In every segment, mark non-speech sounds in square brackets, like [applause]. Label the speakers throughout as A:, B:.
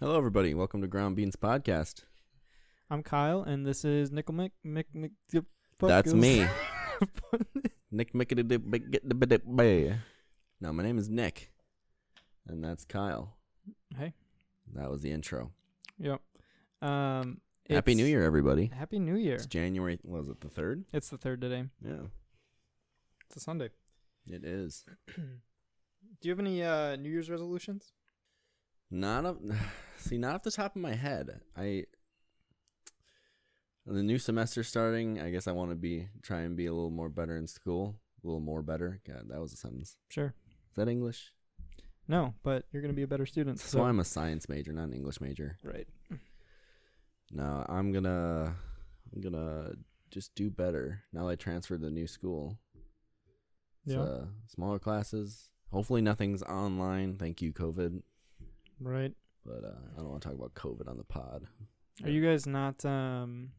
A: Hello, everybody. Welcome to Ground Beans Podcast.
B: I'm Kyle, and this is Nickel Mick Mick Mick. Dip- fuck
A: That's
B: is- [laughs]
A: me. Nick Mickadibay. Now, my name is Nick, and that's Kyle.
B: Hey.
A: That was the intro.
B: [laughs] yep. Um.
A: Happy
B: it's-
A: New Year, everybody.
B: Happy New Year.
A: It's January, was it the 3rd?
B: It's the third today.
A: Yeah,
B: It's a Sunday.
A: it is.
B: Do you have any uh, New Year's resolutions?
A: Not up, see, not off the top of my head. I the new semester starting. I guess I want to be try and be a little more better in school. A little more better. God, that was a sentence.
B: Sure.
A: Is that English?
B: No, but you're gonna be a better student.
A: That's
B: So
A: why I'm a science major, not an English major.
B: right.
A: No, I'm gonna, I'm gonna just do better now that I transferred to the new school. It's,
B: Yeah.
A: uh, smaller classes. Hopefully, nothing's online. Thank you, COVID.
B: Right.
A: But uh, I don't want to talk about COVID on the pod.
B: Are you guys not um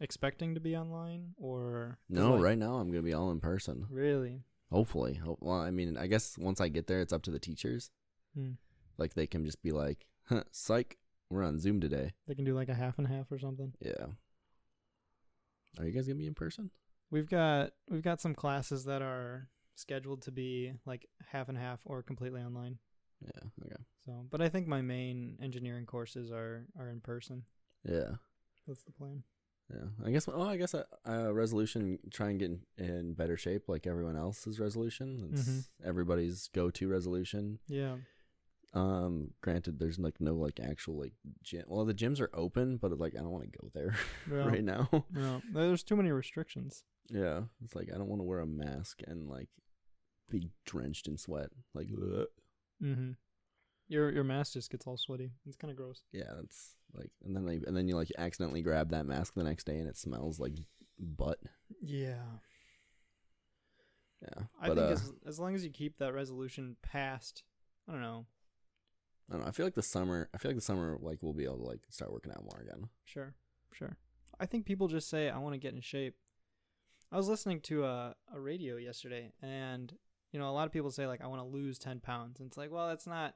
B: expecting to be online or 'cause,
A: No,
B: like,
A: right now I'm gonna be all in person.
B: Really?
A: Hopefully. Ho- Well, I mean, I guess once I get there, it's up to the teachers.
B: Hmm.
A: Like they can just be like, huh, "Psych, we're on Zoom today."
B: They can do like a half and half or something.
A: Yeah. Are you guys gonna be in person?
B: We've got we've got some classes that are scheduled to be like half and half or completely online.
A: Yeah. Okay.
B: So, but I think my main engineering courses are are in person.
A: Yeah.
B: That's the plan.
A: Yeah. I guess. Oh, I guess a, a resolution. Try and get in, in better shape, like everyone else's resolution. It's
B: Mhm.
A: everybody's go-to resolution.
B: Yeah.
A: Um. Granted, there's like no like actual like gym. Well, the gyms are open, but like I don't want to go there [laughs]
B: Well,
A: right now.
B: No, there's too many restrictions.
A: Yeah, it's like I don't want to wear a mask and like be drenched in sweat. Like, ugh.
B: Mm-hmm. Your your mask just gets all sweaty. It's kind of gross.
A: yeah, that's like, and then like, and then you like accidentally grab that mask the next day and it smells like butt.
B: Yeah.
A: Yeah,
B: I
A: but
B: think
A: uh,
B: as as long as you keep that resolution past, I don't know.
A: I don't know. I feel like the summer. I feel like the summer like we'll be able to like start working out more again.
B: Sure, sure. I think people just say I want to get in shape. I was listening to a a radio yesterday, and you know a lot of people say like I want to lose ten pounds, and it's like well that's not,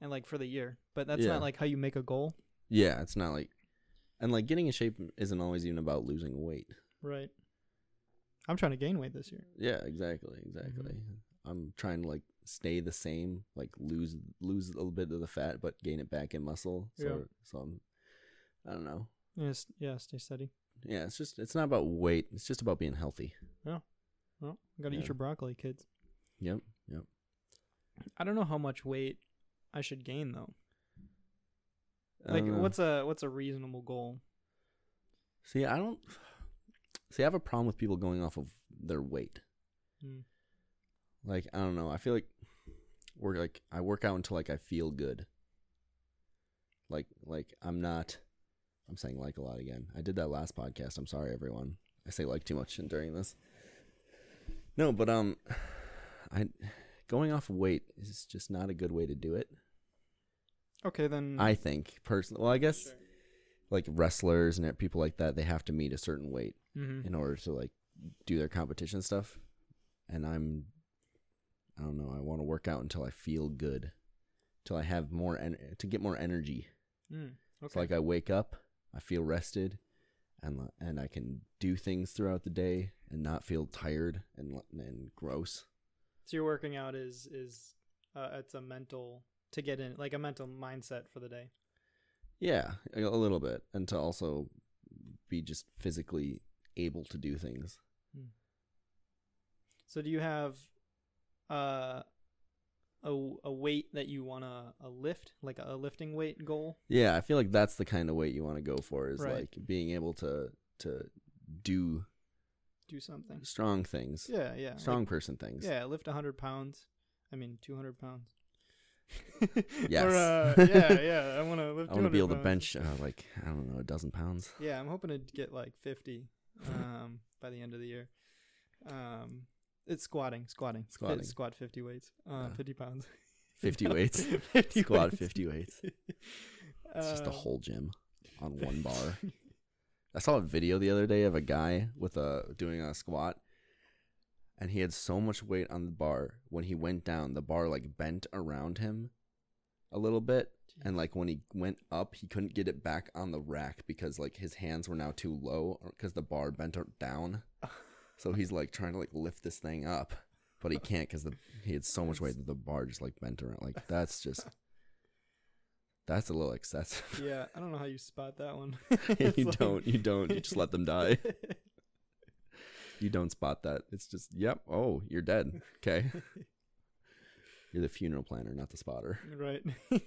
B: and like for the year, but that's
A: Yeah.
B: not like how you make a goal,
A: Yeah, it's not like, and like getting in shape isn't always even about losing weight.
B: right? I'm trying to gain weight this year.
A: Yeah, exactly, exactly.
B: Mm-hmm.
A: I'm trying to like stay the same, like lose lose a little bit of the fat, but gain it back in muscle. So
B: Yeah.
A: so I'm, I don't know.
B: Yes, yeah, stay steady.
A: Yeah, it's just it's not about weight. It's just about being healthy.
B: Well, you gotta
A: Yeah.
B: eat your broccoli, kids.
A: Yep.
B: I don't know how much weight I should gain though. Like,
A: Uh.
B: what's a what's a reasonable goal?
A: see? I don't see. I have a problem with people going off of their weight.
B: Hmm.
A: Like I don't know. I feel like we're like I work out until like I feel good. Like like I'm not. I'm saying like a lot again. I did that last podcast. I'm sorry, everyone. I say like too much [laughs] during this. No, but um, [sighs] I going off weight is just not a good way to do it.
B: Okay, then.
A: I think personally. Well, I guess like wrestlers and people like that, they have to meet a certain weight
B: Mm-hmm.
A: in order to like do their competition stuff. And I'm, I don't know. I want to work out until I feel good, till I have more en- to get more energy.
B: Mm,
A: It's
B: okay.
A: like I wake up, I feel rested, and and I can do things throughout the day and not feel tired and and gross.
B: So your working out is is uh, it's a mental to get in like a mental mindset for the day.
A: Yeah, a a little bit, and to also be just physically able to do things.
B: So do you have uh a a weight that you want to a lift like a, lifting weight goal?
A: Yeah, I feel like that's the kind of weight you want to go for is
B: Right.
A: like being able to to do
B: Do something.
A: strong things,
B: Yeah, yeah. like-
A: strong person things.
B: yeah, lift 100 pounds. I mean 200 pounds. [laughs]
A: Yes.
B: Or,
A: [laughs]
B: uh, yeah, yeah. I want to lift.
A: I want to be able
B: 200
A: to
B: pounds.
A: bench uh, like I don't know a dozen
B: [laughs]
A: pounds.
B: Yeah, I'm hoping to get like 50 um, [laughs] by the end of the year. Um, it's squatting, squatting, Fit-
A: Squatting.
B: squat 50 weights, uh,
A: Yeah.
B: 50
A: [laughs]
B: pounds, [laughs]
A: 50 weights.
B: 50
A: Squad
B: weights.
A: fifty weights. It's just a
B: Um,
A: whole gym on one bar. I saw a video the other day of a guy with a doing a squat, and he had so much weight on the bar. When he went down, the bar like bent around him, a little bit and like when he went up he couldn't get it back on the rack because like his hands were now too low because the bar bent her down so he's like trying to like lift this thing up but he can't because the he had so much weight that the bar just like bent around like that's just that's a little excessive
B: [laughs] yeah, I don't know how you spot that one. [laughs]
A: [laughs] you don't you don't you just let them [laughs] die you don't spot that it's just yep oh you're dead okay [laughs] you're the funeral planner not the spotter
B: right.
A: yeah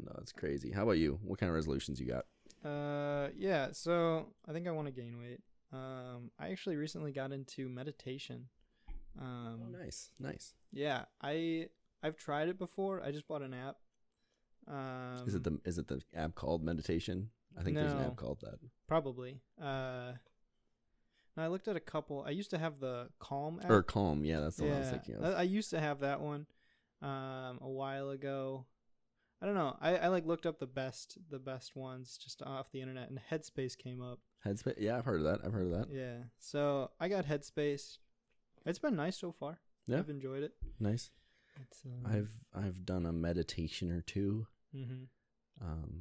A: no it's crazy how about you what kind of resolutions you got
B: Uh, yeah. So I think I want to gain weight. Um, I actually recently got into meditation. Um,
A: oh nice nice
B: yeah, I I've tried it before. I just bought an app. Um,
A: is it the is it the app called meditation? I think there's an
B: No.
A: app called that.
B: Probably. Uh, now I looked at a couple. I used to have the Calm app.
A: Or Calm, yeah, that's the one I was
B: Uh, Yeah, Uh,
A: thinking
B: I,
A: of.
B: I used to have that one um, a while ago. I don't know. I, I like looked up the best the best ones just off the internet, and Headspace came up.
A: Headspace, yeah, I've heard of that. I've heard of that.
B: Yeah. So I got Headspace. It's been nice so far.
A: Yeah.
B: I've enjoyed it.
A: Nice.
B: It's, um,
A: I've I've done a meditation or two.
B: mhm.
A: Um,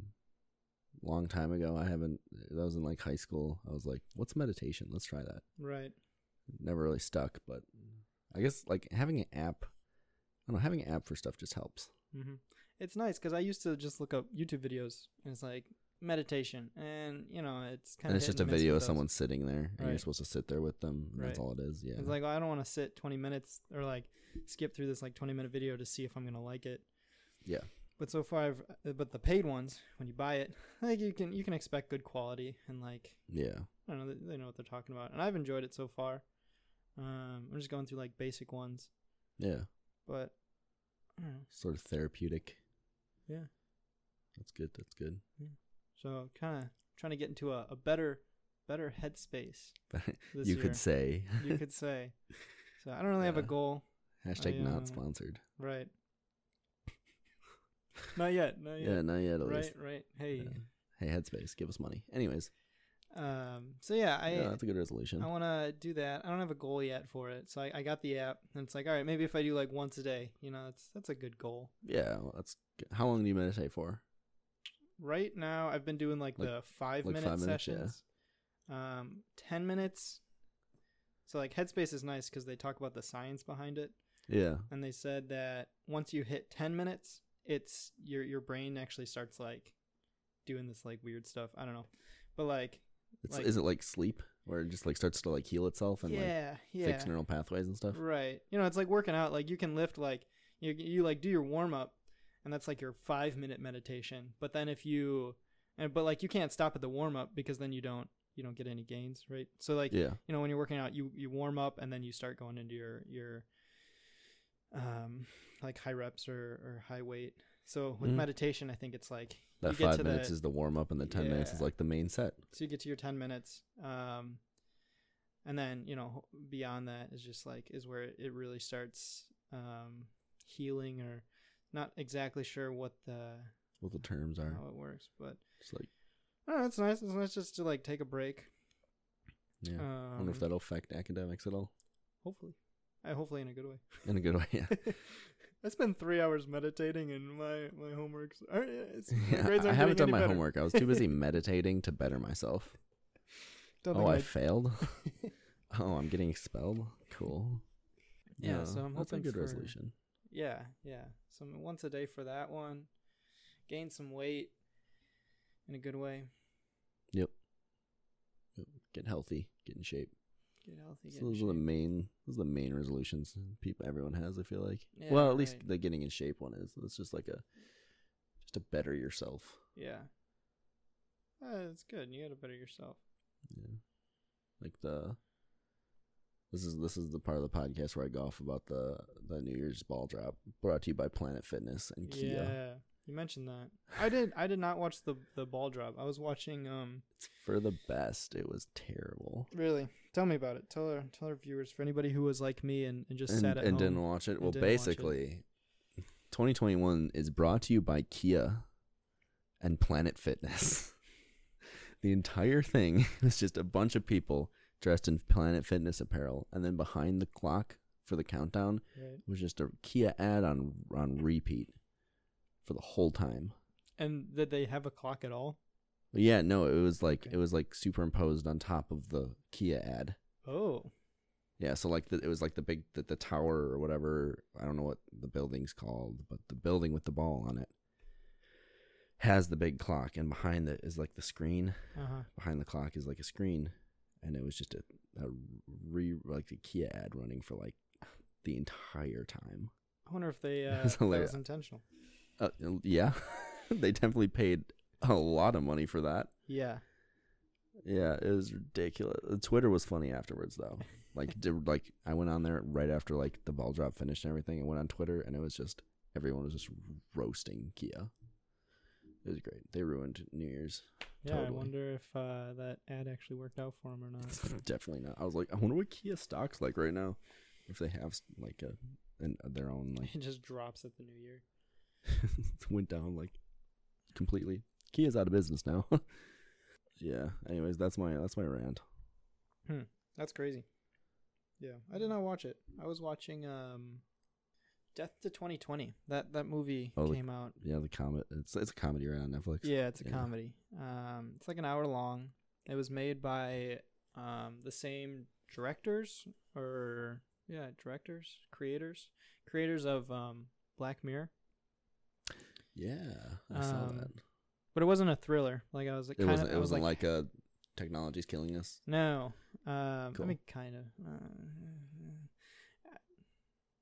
A: long time ago, I haven't. That was in like high school. I was like, "What's meditation? Let's try that."
B: right.
A: Never really stuck, but I guess like having an app. I don't know. Having an app for stuff just helps.
B: hmm It's nice because I used to just look up YouTube videos and it's like meditation, and you know it's kind
A: and
B: of
A: it's just a video of someone sitting there, and you're
B: Right.
A: supposed to sit there with them. And That's
B: Right.
A: all it is. Yeah.
B: It's like well, I don't want to sit 20 minutes or like skip through this like 20 minute video to see if I'm gonna like it.
A: Yeah.
B: But so far, I've, uh, but the paid ones when you buy it, [laughs] like you can you can expect good quality and like
A: yeah.
B: I don't know they, they know what they're talking about, and I've enjoyed it so far. Um, I'm just going through like basic ones,
A: Yeah.
B: but I don't know.
A: Sort of therapeutic.
B: Yeah.
A: That's good. That's good.
B: So kind of trying to get into a, a better better headspace this
A: [laughs] you
B: year.
A: could say [laughs]
B: you could say. So I don't really have a
A: Yeah.
B: goal,
A: hashtag
B: [laughs] I, uh,
A: not sponsored.
B: right? not yet, not
A: Yeah,
B: yet.
A: not yet. At
B: right,
A: least.
B: right. Hey,
A: Yeah. Hey, Headspace, give us money. Anyways,
B: um. So yeah, I
A: yeah, that's a good resolution.
B: I want to do that. I don't have a goal yet for it, so I, I got the app, and it's like, all right, maybe if I do like once a day, you know, that's that's a good goal.
A: yeah, well, that's. Good. How long do you meditate for?
B: Right now, I've been doing like,
A: Like-
B: the five
A: like
B: minute
A: five minutes, yeah.
B: sessions, um, ten minutes. So like Headspace is nice because they talk about the science behind it.
A: Yeah.
B: and they said that once you hit 10 minutes it's your your brain actually starts like doing this like weird stuff i don't know but like
A: It's,
B: Like-
A: is it like sleep, where it just like starts to like heal itself and
B: yeah
A: like
B: yeah
A: fix neural pathways and stuff?
B: right you know it's like working out like you can lift like you, you like do your warm up and that's like your five minute meditation but then if you and but like you can't stop at the warm up because then you don't you don't get any gains right so like
A: yeah.
B: you know when you're working out you you warm up and then you start going into your your um like high reps or or high weight so with
A: Mhm.
B: meditation i think it's like
A: That
B: you get
A: five
B: to
A: minutes
B: the,
A: is the warm up, and the ten minutes is
B: Yeah.
A: like the main set.
B: so you get to your 10 minutes um and then you know beyond that is just like is where it really starts um healing or not exactly sure what the
A: What the terms are.
B: how it works but
A: It's like
B: oh that's nice it's nice just to like take a break
A: yeah.
B: um
A: I wonder if that'll affect academics at all
B: hopefully I, hopefully in a good way
A: in a good
B: [laughs]
A: way. Yeah.
B: I spent three hours meditating and my my homeworks. Are, it's, my
A: [laughs] [laughs] Yeah,
B: grades
A: I
B: aren't
A: haven't
B: getting
A: done
B: any
A: my
B: better.
A: homework. I was too
B: [laughs]
A: busy meditating to better myself.
B: Don't
A: Oh,
B: think
A: I
B: my- [laughs]
A: failed. [laughs] oh, I'm getting expelled. Cool.
B: Yeah, so I'm
A: that's a
B: hoping
A: good
B: for-
A: resolution.
B: yeah, yeah. So I'm once a day for that one. Gain some weight in a good way.
A: Get healthy, get in shape.
B: Get healthy. Get
A: So those
B: in
A: are the
B: shape.
A: main. Those are the main resolutions people everyone has. I feel like.
B: Yeah,
A: well, at least
B: right.
A: the getting in shape one is. It's just like a, just to better yourself.
B: yeah. Uh, it's good. You got to better yourself.
A: Yeah. Like the. This is this is the part of the podcast where I go off about the the New Year's ball drop brought to you by Planet Fitness and Kia.
B: Yeah. You mentioned that. I did. I did not watch the the ball drop. I was watching. Um.
A: It's for the best. It was terrible.
B: Really. Tell me about it. Tell our tell our viewers for anybody who was like me and, and just
A: and,
B: sat at
A: and
B: home.
A: didn't watch it.
B: and
A: Well,
B: didn't watch it.
A: basically, 2021 is brought to you by Kia and Planet Fitness. [laughs] the entire [laughs] thing is just a bunch of people dressed in Planet Fitness apparel, and then behind the clock for the countdown
B: Right.
A: was just a Kia ad on on repeat for the whole time.
B: And did they have a clock at all?
A: But yeah, no, it was like
B: Okay.
A: it was like superimposed on top of the Kia ad.
B: Oh,
A: Yeah, so like the, it was like the big the, the tower or whatever. I don't know what the building's called, but the building with the ball on it has the big clock, and behind it is like the screen.
B: uh huh.
A: Behind the clock is like a screen, and it was just a, a re like the Kia ad running for like the entire time.
B: I wonder if
A: [laughs]
B: they uh,
A: That's
B: if that
A: hilarious.
B: was intentional.
A: Uh, yeah, [laughs] they definitely paid a lot of money for that.
B: Yeah.
A: Yeah, it was ridiculous. Uh, Twitter was funny afterwards though. Like did, like I went on there right after like the ball drop finished and everything. I went on Twitter and it was just everyone was just roasting Kia. It was great. They ruined New Year's.
B: Yeah. I
A: Totally.
B: wonder if uh, that ad actually worked out for him or
A: [laughs]
B: not.
A: Definitely not. I was like, I wonder what Kia stocks like right now, if they have like a an, uh, their own like [laughs]
B: it just drops at the new year.
A: went down like completely. Kia's out of business now. [laughs] yeah. Anyways, that's my that's my rant.
B: That's crazy. Yeah, I
A: Hmm.
B: did not watch it. I was watching um, Death to 2020. That that movie
A: Oh, the-
B: came out.
A: Yeah, the comet. It's it's a comedy right on Netflix.
B: Yeah, it's a
A: yeah.
B: comedy. Um, it's like an hour long. It was made by um the same directors or yeah directors creators creators of um Black Mirror,
A: Yeah, I saw
B: Um,
A: that.
B: but it wasn't a thriller. Like I was like
A: It
B: kind
A: wasn't.
B: of
A: It
B: I was
A: wasn't
B: like,
A: like, a technology's killing
B: [laughs]
A: us.
B: no. Um,
A: Cool.
B: I mean kind of. Uh,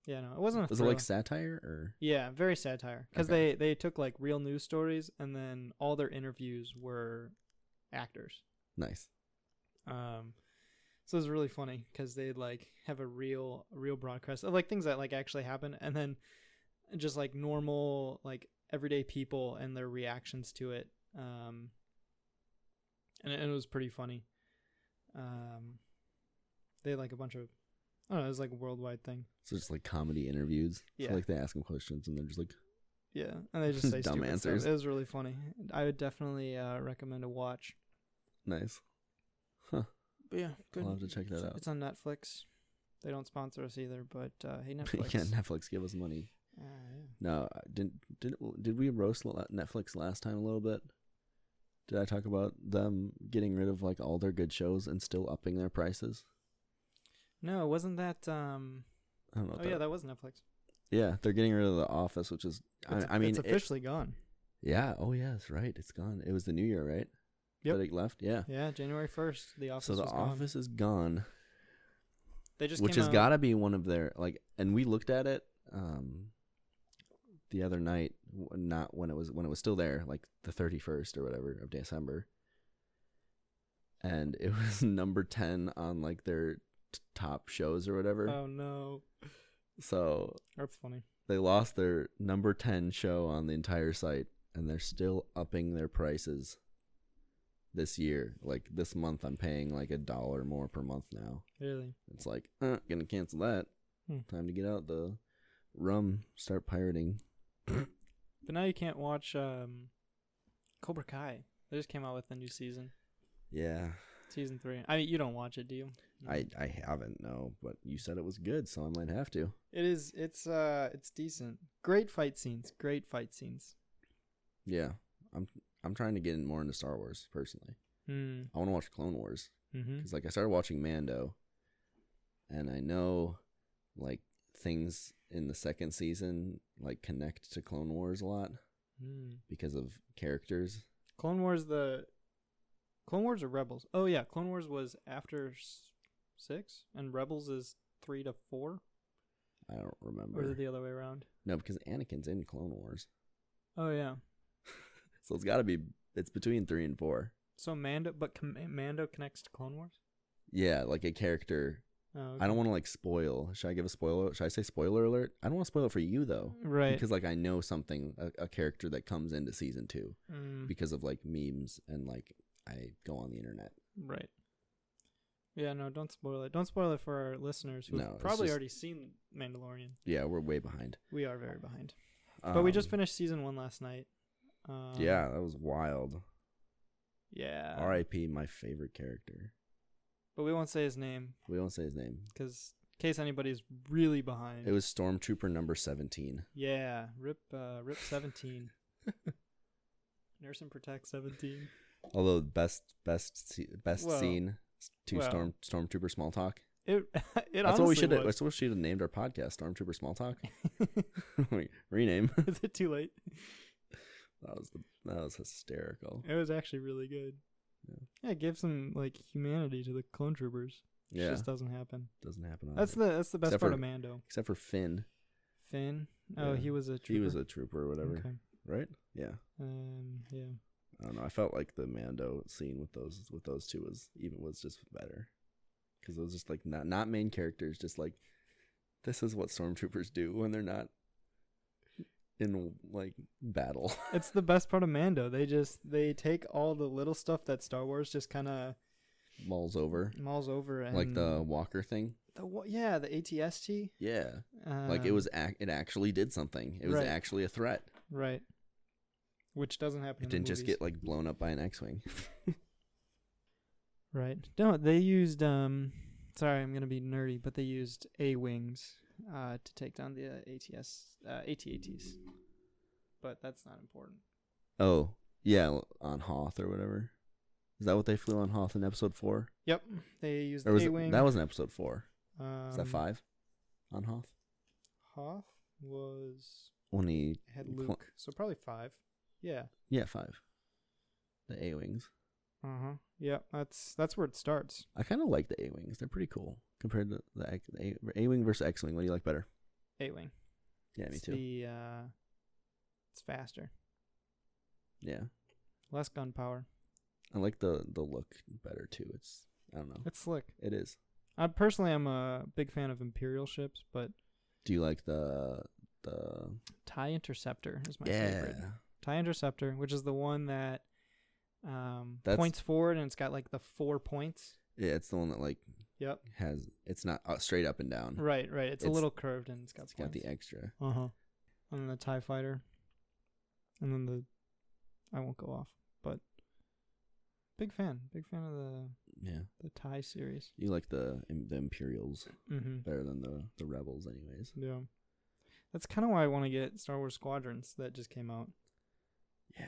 B: yeah, no, it wasn't. A
A: Was it
B: thriller.
A: like satire or?
B: Yeah, very satire because
A: Okay.
B: they they took like real news stories and then all their interviews were actors.
A: Nice.
B: Um, so it was really funny because they'd like have a real real broadcast of like things that like actually happen and then just like normal like everyday people and their reactions to it. Um, and it, and it was pretty funny. Um, they had like a bunch of I don't know, it was like a worldwide thing.
A: So just like comedy interviews. So,
B: Yeah.
A: like they ask them questions and they're just like,
B: Yeah, and
A: [laughs]
B: they just say
A: Dumb
B: stupid
A: answers.
B: Stuff. It was really funny. I would definitely uh, recommend a watch.
A: nice. [laughs]
B: But yeah, good.
A: I'll have to check that out.
B: It's on Netflix. They don't sponsor us either, but uh,
A: [laughs]
B: hey,
A: yeah,
B: Netflix.
A: Netflix give us money.
B: Uh, yeah.
A: No, I didn't did did we roast la- Netflix last time a little bit? Did I talk about them getting rid of like all their good shows and still upping their prices?
B: No, wasn't that? Um,
A: I don't know.
B: oh
A: what
B: yeah,
A: that-
B: that was Netflix.
A: yeah, they're getting rid of The Office, which is
B: It's-
A: I, I mean,
B: it's
A: it-
B: officially gone.
A: yeah. Oh yeah, that's right. It's gone. It was the New Year, right?
B: Yep.
A: That it left. Yeah.
B: Yeah, January first, the office.
A: so the
B: was gone.
A: office is gone,
B: They just
A: which
B: came
A: has
B: out-
A: got to be one of their like. And we looked at it um, the other night, w- not when it was when it was still there, like the thirty first or whatever of December, and it [laughs] was number ten on like their t- top shows or whatever.
B: Oh no,
A: So
B: that's funny.
A: they lost their number ten show on the entire site, and they're still upping their prices this year. Like this month, I'm paying like a dollar more per month now.
B: Really?
A: It's like, uh, gonna cancel that.
B: Hmm.
A: Time to get out the rum, start pirating.
B: But now you can't watch um, Cobra Kai. They just came out with a new season,
A: Yeah,
B: season three. I mean, you don't watch it, do you? No.
A: I I haven't no, but you said it was good, so I might have to.
B: It is. It's uh. It's decent. Great fight scenes. Great fight scenes.
A: Yeah, I'm I'm trying to get in more into Star Wars personally.
B: Mm.
A: I want to watch Clone Wars
B: Mm-hmm.
A: because like I started watching Mando, and I know like things in the second season like connect to Clone Wars a lot
B: Mm.
A: because of characters.
B: Clone Wars. The Clone Wars or Rebels? Oh yeah, Clone Wars was after s- six, and Rebels is three to four,
A: I don't
B: or is
A: remember.
B: it the other way around?
A: no, because Anakin's in Clone Wars.
B: Oh yeah.
A: So it's got to be it's between 3 and 4.
B: So Mando, but Com- Mando connects to Clone Wars.
A: Yeah, like a character.
B: Oh,
A: I
B: okay.
A: don't want to like spoil. Should I give a spoiler? Should I say spoiler alert? I don't want to spoil it for you though.
B: Right.
A: Because like I know something a, a character that comes into season 2
B: Mm,
A: because of like memes and like I go on the internet.
B: right. Yeah. No. Don't spoil it. Don't spoil it for our listeners who
A: No,
B: have
A: it's
B: probably
A: just-
B: already seen Mandalorian.
A: Yeah, we're way behind.
B: We are very behind, but we just
A: Um,
B: finished season one last night. Um,
A: Yeah, that was wild.
B: Yeah.
A: RIP my favorite character.
B: But we won't say his name
A: We won't say his name.
B: because case anybody's really behind.
A: It was Stormtrooper number 17.
B: yeah, rip uh, rip 17. [laughs] Nurse and protect 17.
A: Although best best se- best
B: Well,
A: scene to
B: well.
A: storm stormtrooper small talk.
B: It [laughs] it
A: that's
B: honestly
A: what we should
B: was.
A: have, that's what we should have named our podcast Stormtrooper Small Talk. [laughs] Like, Rename.
B: [laughs]
A: [laughs]
B: Is it too late?
A: That was the, that was hysterical.
B: It was actually really good.
A: Yeah.
B: Yeah, it gave some like humanity to the clone troopers. It
A: Yeah,
B: just doesn't happen.
A: doesn't happen. On
B: That's
A: it.
B: the that's the best
A: Except
B: part
A: for-
B: of Mando.
A: except for Finn.
B: Finn. Oh,
A: Yeah.
B: he was a trooper.
A: He was a trooper or whatever,
B: Okay.
A: right? Yeah.
B: Um, yeah.
A: I don't know. I felt like the Mando scene with those with those two was even was just better because it was just like not not main characters, just like this is what stormtroopers do when they're not in like battle. [laughs]
B: It's the best part of Mando. They just they take all the little stuff that Star Wars just kind of
A: Mauls over
B: mauls over and
A: like the Walker thing.
B: the wha- yeah the ATST.
A: Yeah,
B: Um,
A: like it was ac- it actually did something. It was
B: right.
A: actually a threat.
B: right, which doesn't happen.
A: It
B: in the
A: didn't just
B: movies.
A: get like blown up by an X-wing.
B: right. No, they used um. Sorry, I'm gonna be nerdy, but they used A wings uh to take down the uh, ATS uh, ATATs. But that's not important.
A: Oh yeah, on Hoth or whatever. Is that what they flew on Hoth in Episode Four?
B: Yep, they used
A: Or was
B: A
A: it,
B: wing.
A: that was in Episode Four?
B: um,
A: Is that five on Hoth?
B: Hoth was
A: When he
B: had
A: Cl-
B: Luke, so probably five. Yeah.
A: yeah five, the A wings.
B: Uh huh. Yeah, that's that's where it starts.
A: I kind of like the A wings. They're pretty cool compared to the X- the A wing versus X wing. What do you like better?
B: Eight wing.
A: Yeah, me
B: it's
A: too.
B: The uh, it's faster,
A: Yeah,
B: less gunpowder.
A: I like the the look better too. It's I don't know.
B: It's slick.
A: It is.
B: I personally am a big fan of Imperial ships, but
A: Do you like the the
B: Tie Interceptor is my
A: yeah?
B: favorite. Tie Interceptor, which is the one that um
A: That's-
B: points forward and it's got like the four points.
A: Yeah, it's the one that like
B: Yep.
A: has it's not uh, straight up and down.
B: Right, right. It's, a
A: It's-
B: little curved and it's got
A: It's got the e- extra.
B: Uh huh. And then the Tie Fighter, and then the I won't go off, but big fan, big fan of the
A: Yeah,
B: the Tie series.
A: you like the the Imperials
B: Mm-hmm.
A: better than the the Rebels, anyways.
B: Yeah. That's kind of why I want to get Star Wars Squadrons that just came out.
A: Yeah,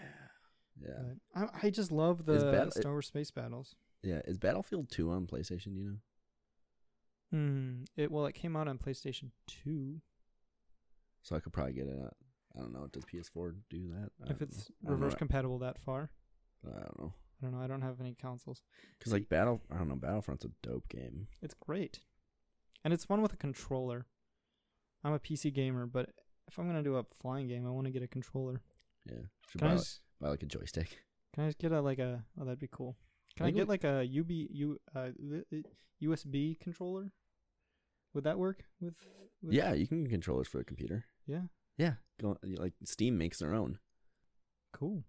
A: yeah,
B: but I, I just love the
A: Is bat-
B: Star Wars space battles.
A: yeah. Is Battlefield Two on PlayStation? do You know. Mm-hmm.
B: Mm, it well, it came out on PlayStation Two.
A: So I could probably get it. At, I don't know. Does PS4 do that? I
B: If
A: don't
B: it's
A: know. I don't know
B: reverse
A: that-
B: compatible that far,
A: I don't know.
B: I don't know. I don't have any consoles.
A: Because like Battle, I don't know. Battlefront's a dope game.
B: It's great, and it's fun with a controller. I'm a PC gamer, but if I'm gonna do a flying game, I want to get a controller.
A: Yeah. Should
B: Can
A: buy,
B: I
A: like-
B: just,
A: buy like a joystick.
B: can I just get a like a? Oh, that'd be cool. Can
A: I
B: I,
A: think
B: get like a UB U uh, USB controller? Would that work with? with
A: Yeah, you can get controllers for a computer.
B: Yeah.
A: Yeah. Go like Steam makes their own.
B: Cool.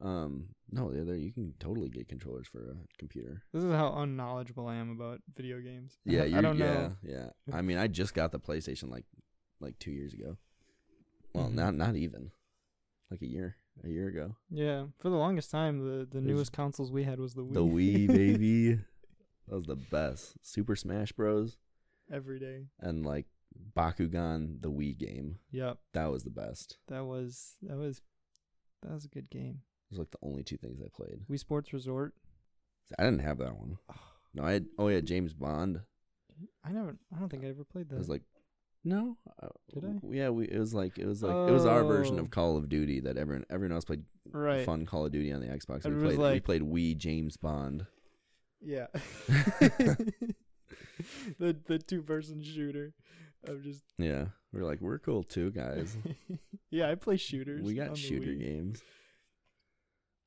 A: Um. No, they're there. You can totally get controllers for a computer.
B: This is how unknowledgeable I am about video games. [laughs]
A: Yeah.
B: I
A: you're-
B: don't
A: yeah,
B: know.
A: Yeah. I mean, I just got the PlayStation like like two years ago. Well,
B: Mhm.
A: not not even like a year a year ago.
B: Yeah, for the longest time, the the
A: There's-
B: newest consoles we had was the Wii.
A: The
B: [laughs]
A: Wii, baby. That was the best. Super Smash Bros.
B: Every day.
A: and like Bakugan, the Wii game.
B: Yep,
A: That was the best.
B: that was that was that was a good game.
A: It was like the only two things I played.
B: Wii Sports Resort.
A: I didn't have that
B: [sighs]
A: one. No, I had. Oh yeah, James Bond.
B: I never. I don't think I ever played
A: It
B: that.
A: was like, no. uh,
B: Did I?
A: Yeah, we. It was like it was like it was our version
B: Oh.
A: of Call of Duty that everyone everyone else played
B: right.
A: fun Call of Duty on the Xbox. and we
B: Everyone's
A: played we
B: like-
A: played Wii James Bond. [laughs]
B: Yeah. [laughs] the the two person shooter. I'm just.
A: Yeah, we are like we're cool too, guys.
B: [laughs] yeah, I play shooters.
A: we
B: on
A: got
B: the
A: shooter
B: Wii.
A: games.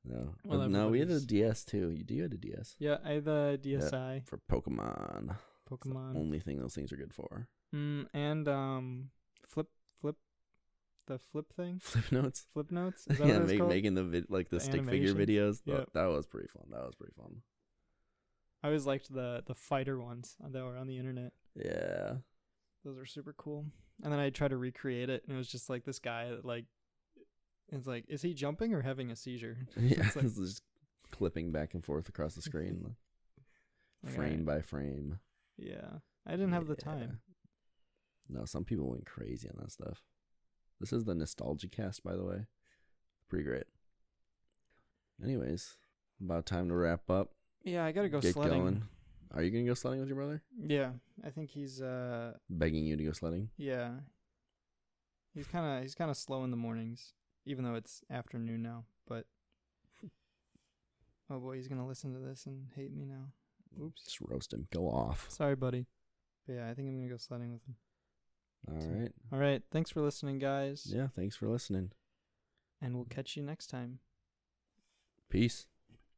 A: No,
B: Well,
A: no, we had a
B: everybody's-
A: DS too. You do you had a DS
B: Yeah, I had the DSi
A: for Pokemon.
B: Pokemon.
A: Only thing those things are good for. [laughs]
B: Mm, and um, flip, flip, the flip thing,
A: Flip notes.
B: flip notes.
A: [laughs]
B: Is that
A: yeah,
B: what it's
A: make,
B: called?
A: making the vid- like the,
B: The
A: stick figure videos. That,
B: Yep.
A: that was pretty fun. That was pretty fun.
B: I always liked the the fighter ones that were on the internet.
A: Yeah. [laughs]
B: Those are super cool. And then I tried to recreate it, and it was just like this guy that like, it's like, is he jumping or having a seizure?
A: Yeah.
B: It's like-
A: it's just clipping back and forth
B: [laughs]
A: across the screen, like,
B: Like, I-
A: frame by frame.
B: yeah, I didn't have the
A: Yeah.
B: time.
A: No, some people went crazy on that stuff. This is the nostalgia cast, by the way. Pretty great. Anyways, about time to wrap up.
B: Yeah, I gotta go sledding.
A: Are you gonna go sledding with your brother?
B: Yeah, I think he's uh
A: Begging you to go sledding?
B: yeah. He's kind of he's kind of slow in the mornings, even though it's afternoon now. But oh boy, he's gonna listen to this and hate me now. Oops.
A: Just roast him. Go off.
B: Sorry, buddy. But yeah, I think I'm gonna go sledding with him.
A: All right.
B: All right, thanks for listening, guys,
A: Yeah. Thanks for listening.
B: and we'll catch you next time.
A: Peace.